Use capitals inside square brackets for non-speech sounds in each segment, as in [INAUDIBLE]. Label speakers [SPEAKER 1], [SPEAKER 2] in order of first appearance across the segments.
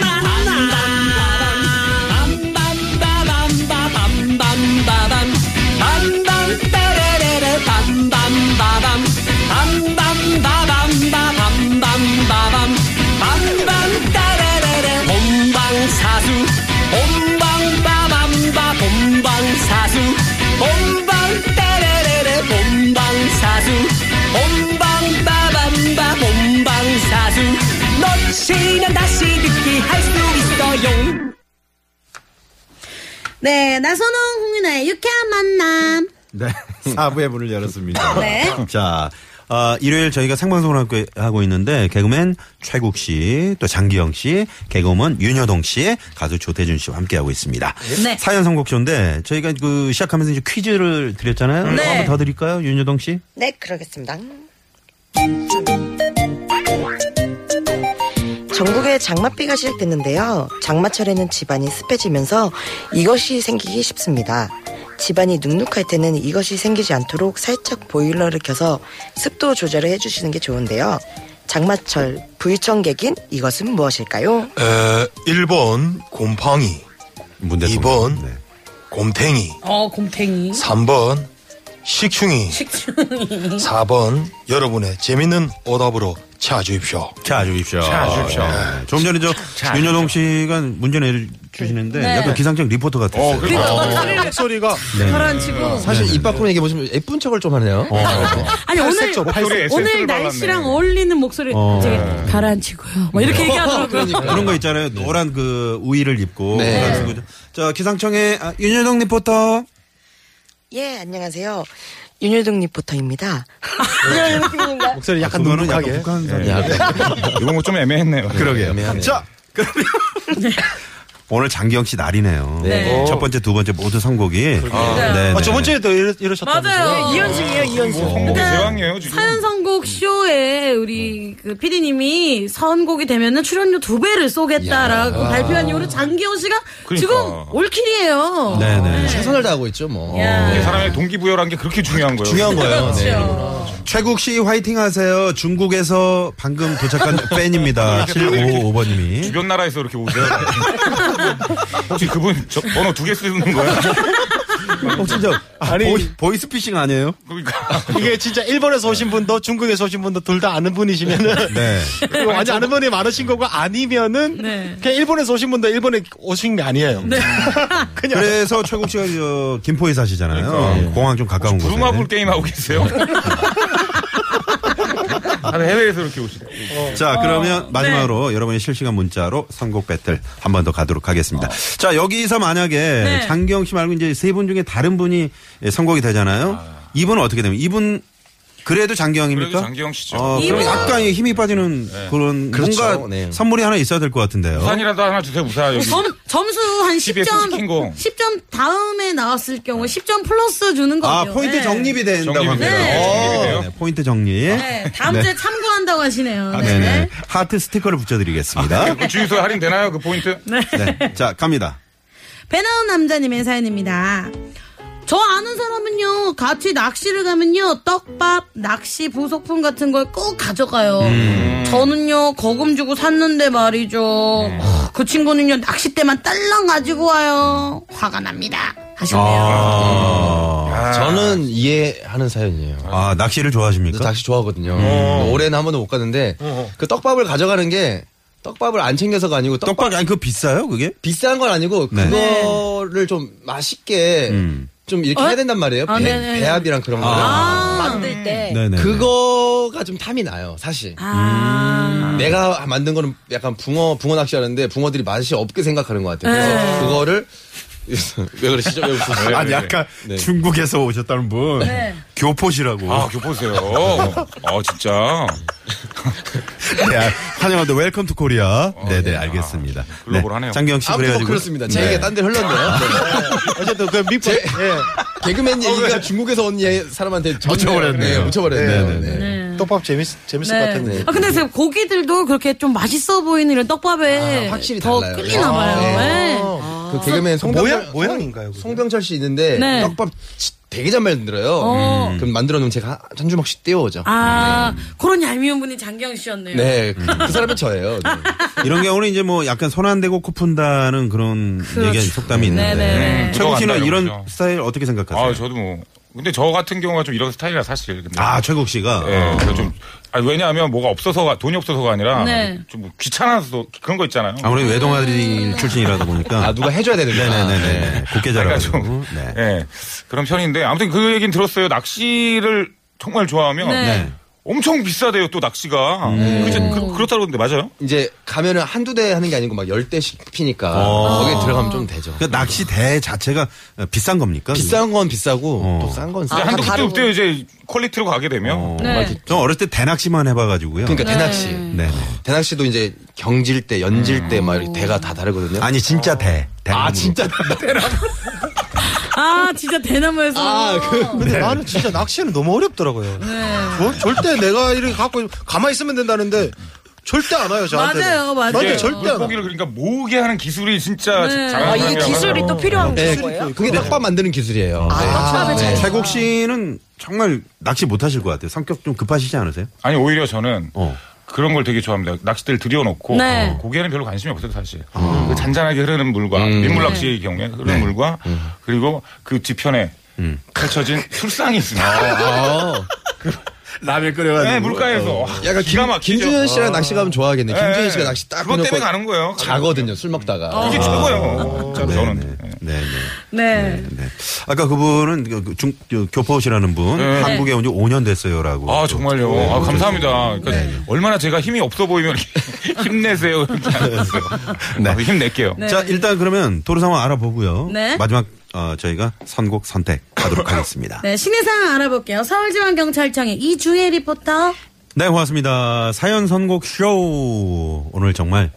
[SPEAKER 1] 만남 빰빰빠밤빠밤빰빰빠밤 빰빰따레레레 빰빰빠밤 빰빰빠밤빠밤빰빰빠밤 빰빰따레레레 본방사수 본방빠밤빠 본방사수 본방따레레레 본방사수 본방빠밤빠 본방사수 놓치면 다시 듣기 할 수 있어요
[SPEAKER 2] 네, 나선홍 홍윤아의 유쾌한 만남. [LAUGHS]
[SPEAKER 3] 네. 사부의 문을 열었습니다.
[SPEAKER 2] 네.
[SPEAKER 3] 자, 어, 일요일 저희가 생방송을 함께 하고 있는데 개그맨 최국 씨, 또 장기영 씨, 개그우먼 윤여동 씨, 가수 조태준 씨와 함께 하고 있습니다.
[SPEAKER 2] 네.
[SPEAKER 3] 사연 선곡쇼인데 저희가 그 시작하면서 이제 퀴즈를 드렸잖아요.
[SPEAKER 2] 네.
[SPEAKER 3] 한번 더 드릴까요? 윤여동 씨?
[SPEAKER 2] 네, 그러겠습니다.
[SPEAKER 4] 전국에 장맛비가 시작됐는데요. 장마철에는 집안이 습해지면서 이것이 생기기 쉽습니다. 집안이 눅눅할 때는 이것이 생기지 않도록 살짝 보일러를 켜서 습도 조절을 해주시는 게 좋은데요. 장마철 불청객인 이것은 무엇일까요?
[SPEAKER 5] 에, 1번 곰팡이,
[SPEAKER 3] 문 대통령.
[SPEAKER 5] 이번.
[SPEAKER 3] 네.
[SPEAKER 5] 곰탱이,
[SPEAKER 6] 어, 곰탱이.
[SPEAKER 5] 3번 식충이, 4번 여러분의 재밌는 오답으로 찾아주십시오.
[SPEAKER 3] 자, 주십시오.
[SPEAKER 5] 자, 주십시오.
[SPEAKER 3] 네. 조금 전에 저 윤여동 씨가 문제 내주시는데
[SPEAKER 2] 네.
[SPEAKER 3] 약간 기상청 리포터 같았어요.
[SPEAKER 5] 그렇죠.
[SPEAKER 6] 네.
[SPEAKER 5] 목소리가
[SPEAKER 6] 파란치고.
[SPEAKER 7] 사실 입 밖으로 얘기해 보시면 예쁜 척을 좀 하네요.
[SPEAKER 6] 아니, 어. 오늘, 오늘 날씨랑
[SPEAKER 1] 네.
[SPEAKER 6] 어울리는 목소리. 되게 가라앉히고요. 막
[SPEAKER 8] 어.
[SPEAKER 6] 이렇게 얘기하더라고요.
[SPEAKER 3] 그런 거 있잖아요. 노란 그 우의를 입고.
[SPEAKER 7] 네.
[SPEAKER 3] 그걸 쓰고 있죠. 자, 기상청의 아, 윤여동 리포터.
[SPEAKER 4] 예, 안녕하세요. 윤효동 리포터입니다.
[SPEAKER 7] 목소리 약간
[SPEAKER 3] 아, 그거는
[SPEAKER 7] 눅눅하게. 네.
[SPEAKER 3] 약간 북한 사람.
[SPEAKER 9] 이건 뭐좀 애매했네요.
[SPEAKER 3] 그러게요.
[SPEAKER 7] 애매하네요.
[SPEAKER 3] 자, 그러면 [LAUGHS] 오늘 장기영 씨 네. 날이네요.
[SPEAKER 6] 네.
[SPEAKER 3] 첫 번째, 두 번째 모두 선곡이. 아, 네, 네.
[SPEAKER 5] 저번주에도
[SPEAKER 8] 어.
[SPEAKER 6] 맞아요.
[SPEAKER 4] 이현식이에요, 그러니까 이현식.
[SPEAKER 9] 성공 뭐, 제왕이에요 지금.
[SPEAKER 6] 사연 선곡 쇼에 우리 그 PD님이 선곡이 되면은 출연료 두 배를 쏘겠다라고 발표한 이후로 장기영 씨가
[SPEAKER 3] 그러니까.
[SPEAKER 6] 지금 올킬이에요.
[SPEAKER 3] 네, 네.
[SPEAKER 7] 최선을 다하고 있죠, 뭐.
[SPEAKER 9] 이 네, 사람의 동기부여란 게 그렇게 중요한 거예요.
[SPEAKER 7] 중요한 거예요. 네.
[SPEAKER 6] 그렇죠.
[SPEAKER 3] 최국 씨 화이팅 하세요. 중국에서 방금 [LAUGHS] 도착한 팬입니다. 755번님이.
[SPEAKER 9] 주변 나라에서 이렇게 [LAUGHS] 오세요. 혹시 그분 저 번호 두 개 쓰는 거예요?
[SPEAKER 3] 혹시 저, 아, 보이, 보이스피싱 아니에요?
[SPEAKER 9] 그러니까
[SPEAKER 8] 이게 진짜 일본에서 오신 분도 중국에서 오신 분도 둘 다 아는
[SPEAKER 6] [LAUGHS]
[SPEAKER 8] 분이시면은
[SPEAKER 7] [LAUGHS]
[SPEAKER 3] 네.
[SPEAKER 8] 이거 완전 아는 분이 많으신 거고 아니면은
[SPEAKER 6] 네.
[SPEAKER 8] 그냥 일본에서 오신 분도 일본에 오신 게 아니에요. 그냥
[SPEAKER 3] 그래서 최국 씨가 저 김포에 사시잖아요. 공항 좀 가까운 곳에.
[SPEAKER 9] 부루마블 게임 하고 계세요? [LAUGHS] 아니, 해외에서 이렇게 오시네.
[SPEAKER 3] 자, 그러면 마지막으로 여러분의 실시간 문자로 선곡 배틀 한 번 더 가도록 하겠습니다. 자, 여기서 만약에 장기영 씨 말고 이제 세 분 중에 다른 분이 예, 선곡이 되잖아요. 이분은 어떻게 되면 이분 그래도 장기영입니까?
[SPEAKER 9] 그러니까? 아, 그래도 장기영 씨죠.
[SPEAKER 3] 어, 그럼
[SPEAKER 6] 이분은-
[SPEAKER 9] 그러니까.
[SPEAKER 3] 약간 힘이 빠지는 그런
[SPEAKER 7] 그렇죠.
[SPEAKER 3] 뭔가
[SPEAKER 7] 네.
[SPEAKER 3] 선물이 하나 있어야 될 것 같은데요.
[SPEAKER 9] 우산이라도 하나 주세요, 우산. 여기.
[SPEAKER 6] 점, 점수 한
[SPEAKER 9] TBS
[SPEAKER 6] 10점,
[SPEAKER 9] 스킨 공.
[SPEAKER 6] 10점 다음에 나왔을 경우 10점 플러스 주는 거예요.
[SPEAKER 3] 네. 아, 포인트
[SPEAKER 6] 네.
[SPEAKER 3] 정립이 된다고
[SPEAKER 9] 정립이
[SPEAKER 3] 합니다.
[SPEAKER 6] 돼요.
[SPEAKER 3] 어,
[SPEAKER 9] 정립이 돼요.
[SPEAKER 3] 네, 포인트 정립.
[SPEAKER 6] 네, 다음 주에 참고한다고 하시네요.
[SPEAKER 3] 아,
[SPEAKER 6] 네.
[SPEAKER 3] 네네. 하트 스티커를 붙여드리겠습니다.
[SPEAKER 9] 그 주유소 할인 되나요, 그 포인트?
[SPEAKER 3] 네. 자, 갑니다.
[SPEAKER 6] 배나온 남자님의 사연입니다. 저 아는 사람은요, 같이 낚시를 가면요, 떡밥, 낚시 부속품 같은 걸 꼭 가져가요.
[SPEAKER 7] 음.
[SPEAKER 6] 저는요, 거금 주고 샀는데 말이죠. 하, 그 친구는요, 낚싯대만 딸랑 가지고 와요. 화가 납니다. 하셨네요.
[SPEAKER 3] 아,
[SPEAKER 7] 저는 이해하는 사연이에요.
[SPEAKER 3] 아, 낚시를 좋아하십니까?
[SPEAKER 6] 그러니까?
[SPEAKER 7] 저 낚시 좋아하거든요.
[SPEAKER 6] 음.
[SPEAKER 7] 뭐 올해는 한 번도 못 갔는데
[SPEAKER 6] 어,
[SPEAKER 7] 그 떡밥을 가져가는 게 떡밥을 안 챙겨서가 아니고 떡밥
[SPEAKER 3] 떡밥, 아니, 그거 비싸요, 그게?
[SPEAKER 7] 비싼 건 아니고
[SPEAKER 3] 네.
[SPEAKER 7] 그거를 좀 맛있게
[SPEAKER 3] 음.
[SPEAKER 7] 좀 이렇게 해야 된단 말이에요.
[SPEAKER 6] 아,
[SPEAKER 7] 배,
[SPEAKER 6] 네네. 아.
[SPEAKER 7] 합이랑 그런 거.
[SPEAKER 4] 만들 때
[SPEAKER 3] 네네.
[SPEAKER 7] 그거가 좀 탐이 나요, 사실. 음,
[SPEAKER 6] 아.
[SPEAKER 7] 내가 만든 거는 약간 붕어 붕어 낚시하는데 붕어들이 맛이 없게 생각하는 것 같아요. 그래서
[SPEAKER 8] 네.
[SPEAKER 7] 그거를 왜 그러시죠?
[SPEAKER 9] [LAUGHS]
[SPEAKER 7] 왜 웃으세요?
[SPEAKER 3] 아니 아까
[SPEAKER 7] 네.
[SPEAKER 3] 중국에서 오셨다는 분
[SPEAKER 6] 네.
[SPEAKER 3] 교포시라고
[SPEAKER 9] 아, 교포세요. 아, 진짜.
[SPEAKER 3] [LAUGHS] 네, 아, 환영합니다 웰컴 투 코리아 네네 알겠습니다
[SPEAKER 9] 글로벌하네요.
[SPEAKER 3] 장경 씨
[SPEAKER 7] 아무튼 뭐
[SPEAKER 3] 그래가지고
[SPEAKER 7] 그렇습니다. 제
[SPEAKER 3] 네.
[SPEAKER 7] 얘기가 딴 데 흘렀네요.
[SPEAKER 8] 아, 어쨌든 그 밑밥
[SPEAKER 7] 제-
[SPEAKER 8] 예.
[SPEAKER 7] 개그맨 얘기가 중국에서 온 얘- 사람한테 묻혀버렸네요. 네,
[SPEAKER 3] 네,
[SPEAKER 7] 묻혀버렸네요.
[SPEAKER 3] 네,
[SPEAKER 7] 네.
[SPEAKER 8] 떡밥 재밌 재밌을 것 같은데.
[SPEAKER 6] 아, 근데 제 고기들도 그렇게 좀 맛있어 보이는 이런 떡밥에
[SPEAKER 7] 아, 확실히
[SPEAKER 6] 더
[SPEAKER 7] 달라요.
[SPEAKER 6] 끌리나
[SPEAKER 7] 아,
[SPEAKER 6] 봐요.
[SPEAKER 7] 네.
[SPEAKER 6] 네.
[SPEAKER 7] 그 개그맨
[SPEAKER 8] 아, 모양
[SPEAKER 7] 송병철,
[SPEAKER 8] 네. 모양인가요? 그게?
[SPEAKER 7] 송병철 씨 있는데
[SPEAKER 6] 네.
[SPEAKER 7] 떡밥 치- 되게 잘 만들어요. 음.
[SPEAKER 6] 어.
[SPEAKER 7] 그럼 만들어 놓으면 제가 한 주먹씩 떼어오죠.
[SPEAKER 6] 아, 그런 얄미운 분이 장기영 씨였네요.
[SPEAKER 7] 네, 그, 그 사람이 저예요. 네.
[SPEAKER 3] 이런 경우는 이제 뭐 약간 손 안 대고 코 푼다는 그런
[SPEAKER 6] 그렇죠.
[SPEAKER 3] 얘기 속담이
[SPEAKER 6] 네네.
[SPEAKER 3] 있는데
[SPEAKER 6] 네.
[SPEAKER 3] 최국 씨는
[SPEAKER 9] 묻어간다
[SPEAKER 3] 이런
[SPEAKER 9] 이런 거죠.
[SPEAKER 3] 스타일 어떻게 생각하세요?
[SPEAKER 9] 아, 저도 뭐. 근데 저 같은 경우가 좀 이런 스타일이라 사실. 근데.
[SPEAKER 3] 아, 최국 씨가
[SPEAKER 9] 예, 그래서 좀. 아니, 왜냐하면 뭐가 없어서가, 돈이 없어서가 아니라.
[SPEAKER 6] 네.
[SPEAKER 9] 좀 귀찮아서 그런 거 있잖아요.
[SPEAKER 3] 아무래도 외동아들 출신이라다 보니까
[SPEAKER 7] 아, 누가 해줘야 되는구나.
[SPEAKER 3] 네네네 곱게
[SPEAKER 9] 그러니까
[SPEAKER 3] 자라가지고
[SPEAKER 9] 좀,
[SPEAKER 3] 네.
[SPEAKER 9] 예, 그런 편인데 아무튼 그 얘기는 들었어요. 낚시를 정말 좋아하면
[SPEAKER 6] 네.
[SPEAKER 9] 엄청 비싸대요. 또 낚시가 그제 그, 그렇다고 그러는데 맞아요?
[SPEAKER 7] 이제 가면은 한두 대 하는 게 아니고 막 열 대씩 피니까
[SPEAKER 3] 어.
[SPEAKER 7] 거기에 들어가면 좀 되죠.
[SPEAKER 3] 그 낚시대 자체가 비싼 겁니까?
[SPEAKER 7] 비싼 건 비싸고
[SPEAKER 3] 어.
[SPEAKER 7] 또 싼 건
[SPEAKER 9] 이제
[SPEAKER 7] 싸.
[SPEAKER 9] 한두
[SPEAKER 4] 다른-
[SPEAKER 9] 그때 그때 이제 퀄리티로 가게 되면
[SPEAKER 6] 네.
[SPEAKER 3] 저 어렸을 때 대낚시만 해봐가지고요.
[SPEAKER 7] 그러니까 대낚시.
[SPEAKER 3] 네.
[SPEAKER 7] 대낚시도 이제 경질 때, 연질 때 막 이렇게 대가 다 다르거든요.
[SPEAKER 3] 아니 진짜 대. 대나무.
[SPEAKER 7] 아, 진짜 대나.
[SPEAKER 6] 아, 진짜 대나무에서.
[SPEAKER 7] 아, 그
[SPEAKER 5] 근데 나는 진짜 낚시는 너무 어렵더라고요.
[SPEAKER 6] 네.
[SPEAKER 5] 뭐, 절대 내가 이렇게 갖고 가만히 있으면 된다는데 절대 안 와요 저한테.
[SPEAKER 6] 맞아요, 맞아요.
[SPEAKER 5] 저한테
[SPEAKER 9] 이게
[SPEAKER 5] 절대 안 와.
[SPEAKER 9] 물고기를 그러니까 모으게 하는 기술이 진짜
[SPEAKER 6] 네.
[SPEAKER 9] 잘하는
[SPEAKER 4] 아, 이
[SPEAKER 9] 사람이라고
[SPEAKER 4] 기술이
[SPEAKER 9] 하더라고요.
[SPEAKER 4] 또 필요한
[SPEAKER 7] 네,
[SPEAKER 4] 기술이에요?
[SPEAKER 7] 그게 떡밥 만드는 기술이에요.
[SPEAKER 4] 떡밥을
[SPEAKER 6] 네.
[SPEAKER 9] 네.
[SPEAKER 4] 잘
[SPEAKER 3] 최국 씨는 정말 낚시 못하실 것 같아요. 성격 좀 급하시지 않으세요?
[SPEAKER 9] 아니 오히려 저는
[SPEAKER 3] 어.
[SPEAKER 9] 그런 걸 되게 좋아합니다. 낚싯대를 들여놓고 어,
[SPEAKER 6] 네.
[SPEAKER 9] 고기에는 별로 관심이 없어요 사실.
[SPEAKER 7] 음.
[SPEAKER 9] 그 잔잔하게 흐르는 물과 민물 낚시의 경우에 흐르는
[SPEAKER 7] 네.
[SPEAKER 9] 물과
[SPEAKER 7] 음.
[SPEAKER 9] 그리고 그 뒤편에
[SPEAKER 7] [LAUGHS]
[SPEAKER 9] 펼쳐진 술상이
[SPEAKER 7] 아,
[SPEAKER 9] 있습니다.
[SPEAKER 7] 네. 라면 끓여가지고. 어.
[SPEAKER 9] 네, 물가에서 와,
[SPEAKER 7] 약간
[SPEAKER 9] 기가
[SPEAKER 7] 김,
[SPEAKER 9] 막히죠.
[SPEAKER 7] 김준현 씨랑 낚시 가면 좋아하겠네. 김준현
[SPEAKER 9] 네.
[SPEAKER 7] 씨가 낚시 딱
[SPEAKER 9] 그것 때문에
[SPEAKER 7] 해놓고 아.
[SPEAKER 9] 가는 거예요. 아. 어.
[SPEAKER 7] 자거든요. 술 먹다가.
[SPEAKER 9] 이게 최고예요. 진짜로 저는. 네.
[SPEAKER 3] 네. 네.
[SPEAKER 6] 네.
[SPEAKER 3] 네. 아까 그분은 그- 그 중, 그 교포시라는 분
[SPEAKER 9] 네.
[SPEAKER 3] 한국에 온 지 5년 됐어요라고. 네.
[SPEAKER 9] 아 정말요.
[SPEAKER 7] 네,
[SPEAKER 9] 아, 감사합니다. 그러니까 얼마나 제가 힘이 없어 보이면 이렇게 [LAUGHS] 힘내세요. 이렇게 하면서.
[SPEAKER 7] 네.
[SPEAKER 9] 나도 힘낼게요.
[SPEAKER 3] 자 일단 그러면 도로 상황 알아보고요.
[SPEAKER 6] 네.
[SPEAKER 3] 마지막 어, 저희가 선곡 선택 하도록 하겠습니다.
[SPEAKER 6] 네, 시내 상황 알아볼게요. 서울지방경찰청의 이주혜 리포터. [CLEARS THROAT]
[SPEAKER 3] 네, 고맙습니다. 사연 선곡 쇼 오늘 정말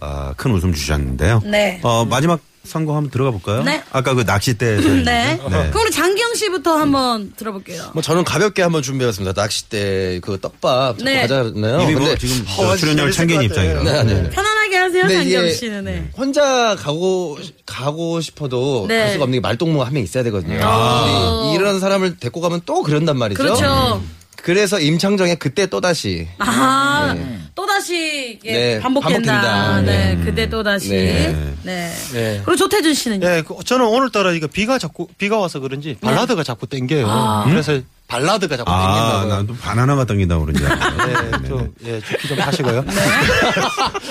[SPEAKER 3] 아, 큰 웃음 주셨는데요.
[SPEAKER 6] 네.
[SPEAKER 3] 어, 마지막 선곡 한번 들어가 볼까요?
[SPEAKER 6] 네.
[SPEAKER 3] 아까 그 낚싯대에서
[SPEAKER 6] [LAUGHS] 네.
[SPEAKER 3] 했는데. 네.
[SPEAKER 6] 그럼 우리 장기영 씨부터 한번 들어볼게요.
[SPEAKER 7] 뭐 저는 가볍게 한번 준비해봤습니다. 낚싯대 그 떡밥 자꾸
[SPEAKER 6] 네.
[SPEAKER 7] 하잖아요.
[SPEAKER 3] 이미 뭐
[SPEAKER 7] 어, 근데
[SPEAKER 3] 지금 저
[SPEAKER 5] 허가지
[SPEAKER 3] 출연료를
[SPEAKER 5] 재밌을
[SPEAKER 3] 챙긴
[SPEAKER 5] 것 같아.
[SPEAKER 3] 입장이라.
[SPEAKER 7] 네, 네, 네.
[SPEAKER 6] 편안하게 하세요,
[SPEAKER 7] 근데
[SPEAKER 6] 장기영
[SPEAKER 7] 이게-
[SPEAKER 6] 씨는. 네.
[SPEAKER 7] 혼자 가고 가고 싶어도
[SPEAKER 6] 네.
[SPEAKER 7] 갈 수가 없는 게 말동무가 한 명 있어야 되거든요. 근데 이런 사람을 데리고 가면 또 아. 그런단 말이죠. 네.
[SPEAKER 6] 그렇죠.
[SPEAKER 7] 래서 임창정의 그때 또 다시
[SPEAKER 6] 아, 또다시 이게
[SPEAKER 7] 네,
[SPEAKER 6] 반복된다.
[SPEAKER 7] 반복된다.
[SPEAKER 6] 네, 그대 또다시. 네.
[SPEAKER 7] 네. 네.
[SPEAKER 6] 그리고 조태준 씨는요?
[SPEAKER 8] 예, 그- 저는 오늘따라 이거 비가 자꾸 비가 와서 그런지 발라드가 자꾸 땡겨요.
[SPEAKER 7] 아.
[SPEAKER 8] 그래서 발라드가 자꾸
[SPEAKER 3] 아,
[SPEAKER 8] 땡긴다고요.
[SPEAKER 3] 나도 바나나가 당긴다고 그러지. 않아요?
[SPEAKER 8] 예, 좀, 예, 주피 좀 하시고요.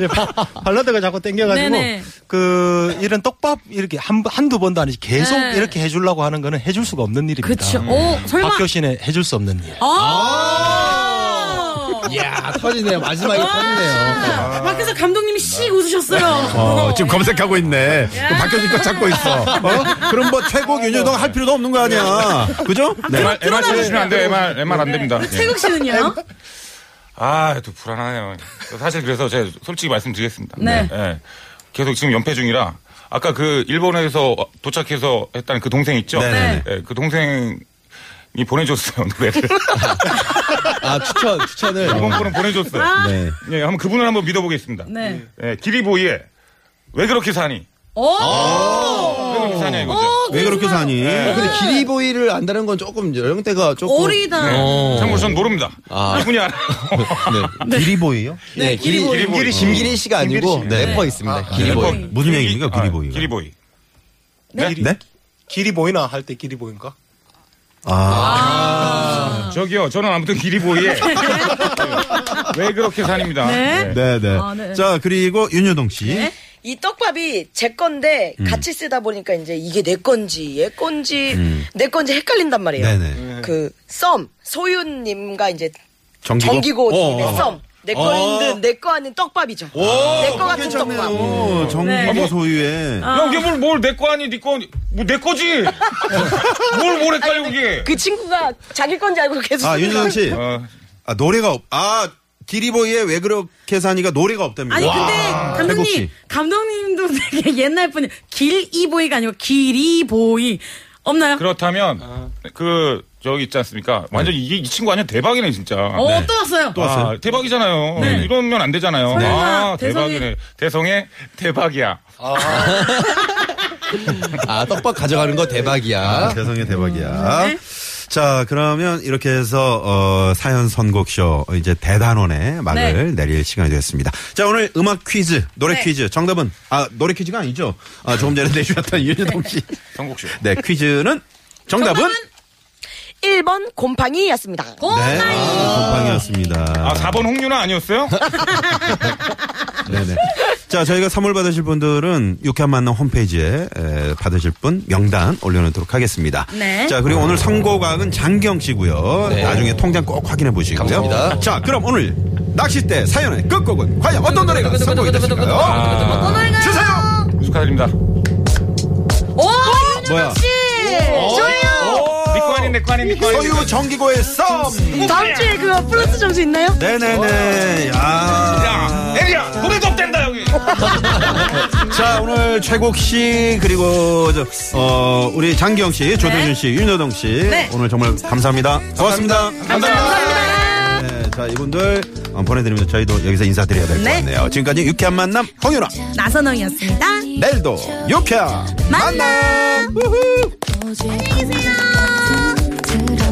[SPEAKER 8] 예, 바- 발라드가 자꾸 땡겨가지고,
[SPEAKER 6] 네네.
[SPEAKER 8] 그, 이런 떡밥 이렇게 한, 한두 번도 아니지 계속
[SPEAKER 6] 네.
[SPEAKER 8] 이렇게 해주려고 하는 거는 해줄 수가 없는 일입니다.
[SPEAKER 6] 그쵸. 오, 설마. 어!
[SPEAKER 8] 박교신의 해줄 수 없는 일.
[SPEAKER 6] 아!
[SPEAKER 7] 이야 터지네요 마지막에 터지네요.
[SPEAKER 6] 아, 밖에서 감독님이 씩 웃으셨어요.
[SPEAKER 3] 어, 지금 검색하고 있네. 그 박효진 거 찾고 있어. 어? 그럼 뭐 최고 윤여동 할 필요도 없는 거 아니야. 그죠? 네.
[SPEAKER 9] MR MR 주시면 안 돼요. MR MR 안 됩니다. 예.
[SPEAKER 6] 최국 씨는요?
[SPEAKER 9] 아, 또 불안하네요. 사실 그래서 제가 솔직히 말씀드리겠습니다.
[SPEAKER 6] 네.
[SPEAKER 9] 예. 계속 지금 연패 중이라 아까 그 일본에서 도착해서 했다는 그 동생 있죠?
[SPEAKER 3] 네네네.
[SPEAKER 9] 예, 그 동생이 보내줬어요,
[SPEAKER 3] [LAUGHS]
[SPEAKER 9] 노래를.
[SPEAKER 7] 아 추천 추천을
[SPEAKER 9] 일본 분은 보내줬어요.
[SPEAKER 3] 네.
[SPEAKER 9] 예, 한번 그분을 한번 믿어보겠습니다.
[SPEAKER 6] 네.
[SPEAKER 9] 예, 기리보이의 왜 그렇게 사니?
[SPEAKER 6] 오! 어?
[SPEAKER 9] 왜 그렇게 사냐 이거죠.
[SPEAKER 3] 왜 그렇게 사니?
[SPEAKER 7] 어, 근데 기리보이를 안다는 건 조금 연령대가 조금
[SPEAKER 6] 어리다.
[SPEAKER 9] 네. 참고로 전 모릅니다.
[SPEAKER 7] 아.
[SPEAKER 9] 이분이 알아.
[SPEAKER 3] [LAUGHS] 네. 기리보이요?
[SPEAKER 7] 네 기리
[SPEAKER 9] 기리보이.
[SPEAKER 7] 김기리 김기리 씨가 아니고
[SPEAKER 3] 네.
[SPEAKER 7] 래퍼 있습니다.
[SPEAKER 3] 래퍼
[SPEAKER 7] 기리보이
[SPEAKER 3] 무슨 얘기입니까? 기리보이가.
[SPEAKER 9] 기리보이.
[SPEAKER 3] 네?
[SPEAKER 5] 길이 보이나 할 때 길이 보인가?
[SPEAKER 3] 아, 어.
[SPEAKER 9] 저기요, 저는 아무튼
[SPEAKER 3] [LAUGHS]
[SPEAKER 9] 기리보이의 왜 그렇게 산입니다.
[SPEAKER 6] 네.
[SPEAKER 3] 네, 네.
[SPEAKER 6] 아, 네.
[SPEAKER 3] 자, 그리고 윤여동 씨.
[SPEAKER 6] 네.
[SPEAKER 4] 이 떡밥이 제 건데
[SPEAKER 3] 음.
[SPEAKER 4] 같이 쓰다 보니까 이제 이게 내 건지 얘 건지 내 건지 헷갈린단 말이에요.
[SPEAKER 3] 음. 네네.
[SPEAKER 4] 그 썸 소윤님과 이제
[SPEAKER 3] 정기고?
[SPEAKER 4] 정기고
[SPEAKER 3] 어,
[SPEAKER 4] 님의
[SPEAKER 3] 어.
[SPEAKER 4] 썸. 내 거인 듯내거 아닌 떡밥이죠. 내 거 같은 떡밥.
[SPEAKER 3] 오, 정기고
[SPEAKER 9] 네.
[SPEAKER 3] 소유의.
[SPEAKER 6] 아.
[SPEAKER 9] 야, 이게 뭘, 뭘 내 거 아니, 니 거, 아니. 뭐, 내
[SPEAKER 6] [LAUGHS]
[SPEAKER 9] 거지! 뭘, 뭘 헷갈려, 그게!
[SPEAKER 4] 그 친구가 자기 건지 알고 계속
[SPEAKER 3] 아, 윤여동
[SPEAKER 6] 그
[SPEAKER 3] 씨.
[SPEAKER 9] 어,
[SPEAKER 3] 아, 노래가 없, 아, 기리보이의 왜 그렇게 사니가 노래가 없답니다.
[SPEAKER 6] 아니 근데
[SPEAKER 3] 태국
[SPEAKER 6] 감독님
[SPEAKER 3] 씨.
[SPEAKER 6] 감독님도 되게 [LAUGHS] 옛날 분이 길이보이가 아니고 길이보이 없나요?
[SPEAKER 9] 그렇다면,
[SPEAKER 6] 아.
[SPEAKER 9] 그, 저기 있지 않습니까? 완전 이, 이 친구 완전 대박이네, 진짜.
[SPEAKER 6] 네. 어, 또 왔어요. 네.
[SPEAKER 9] 아, 대박이잖아요. 이러면 안 되잖아요.
[SPEAKER 6] 설마
[SPEAKER 9] 아,
[SPEAKER 6] 대성이-
[SPEAKER 9] 대박이네. 대성의 대박이야.
[SPEAKER 7] 아, 떡밥 가져가는 거 대박이야.
[SPEAKER 3] 아, 세상에 대박이야. 자, 그러면 이렇게 해서, 어, 사연 선곡쇼, 어, 이제 대단원의 막을 내릴 시간이 되었습니다. 자, 오늘 음악 퀴즈, 노래 퀴즈, 정답은, 아, 노래 퀴즈가 아니죠. 아, 조금 전에 내주셨던 [LAUGHS] 윤여동 씨.
[SPEAKER 9] 선곡쇼.
[SPEAKER 3] 네, 퀴즈는 정답은?
[SPEAKER 4] 1번 곰팡이였습니다.
[SPEAKER 3] 네, 아, 곰팡이였습니다.
[SPEAKER 9] 아, 4번 홍윤아
[SPEAKER 6] [LAUGHS]
[SPEAKER 9] 아니었어요?
[SPEAKER 3] 네네. 자, 저희가 선물 받으실 분들은 유쾌한 만남 홈페이지에 에, 받으실 분 명단 올려놓도록 하겠습니다.
[SPEAKER 6] 네.
[SPEAKER 3] 자, 그리고 오늘 선고각은 장경 씨고요. 나중에 통장 꼭 확인해 보시고요.
[SPEAKER 7] 네. 감사합니다.
[SPEAKER 3] 자, 그럼 오늘 낚싯대 사연의 끝곡은 과연 어떤 노래가 선곡이 됐을까요? 주세요!
[SPEAKER 9] 축하드립니다.
[SPEAKER 6] 오, 윤정
[SPEAKER 3] 뭐야?
[SPEAKER 6] 씨. 네,
[SPEAKER 9] 니꺼 어, 아닌 내꺼 아닌 니꺼 아닌.
[SPEAKER 3] 서유 정기고의 썸!
[SPEAKER 4] 다음 주에 그거 플러스 점수 있나요?
[SPEAKER 3] 네네네. 네. 야.
[SPEAKER 9] 야, 애리야, 고백도 없댄다, 여기.
[SPEAKER 3] 자, 오늘 최국 씨, 그리고, 저, 어, 우리 장기영 씨, 조동준 씨, 윤여동 씨. 오늘 정말 네. 감사합니다. 고맙습니다.
[SPEAKER 6] 감사합니다.
[SPEAKER 3] 네, 자 이분들 어, 보내드리면서 저희도 여기서 인사드려야 될 것
[SPEAKER 6] 네.
[SPEAKER 3] 같네요. 지금까지 유쾌한 만남 홍윤아
[SPEAKER 6] 나선홍이었습니다.
[SPEAKER 3] 내일도 유쾌한 만남.
[SPEAKER 10] 안녕히 계세요.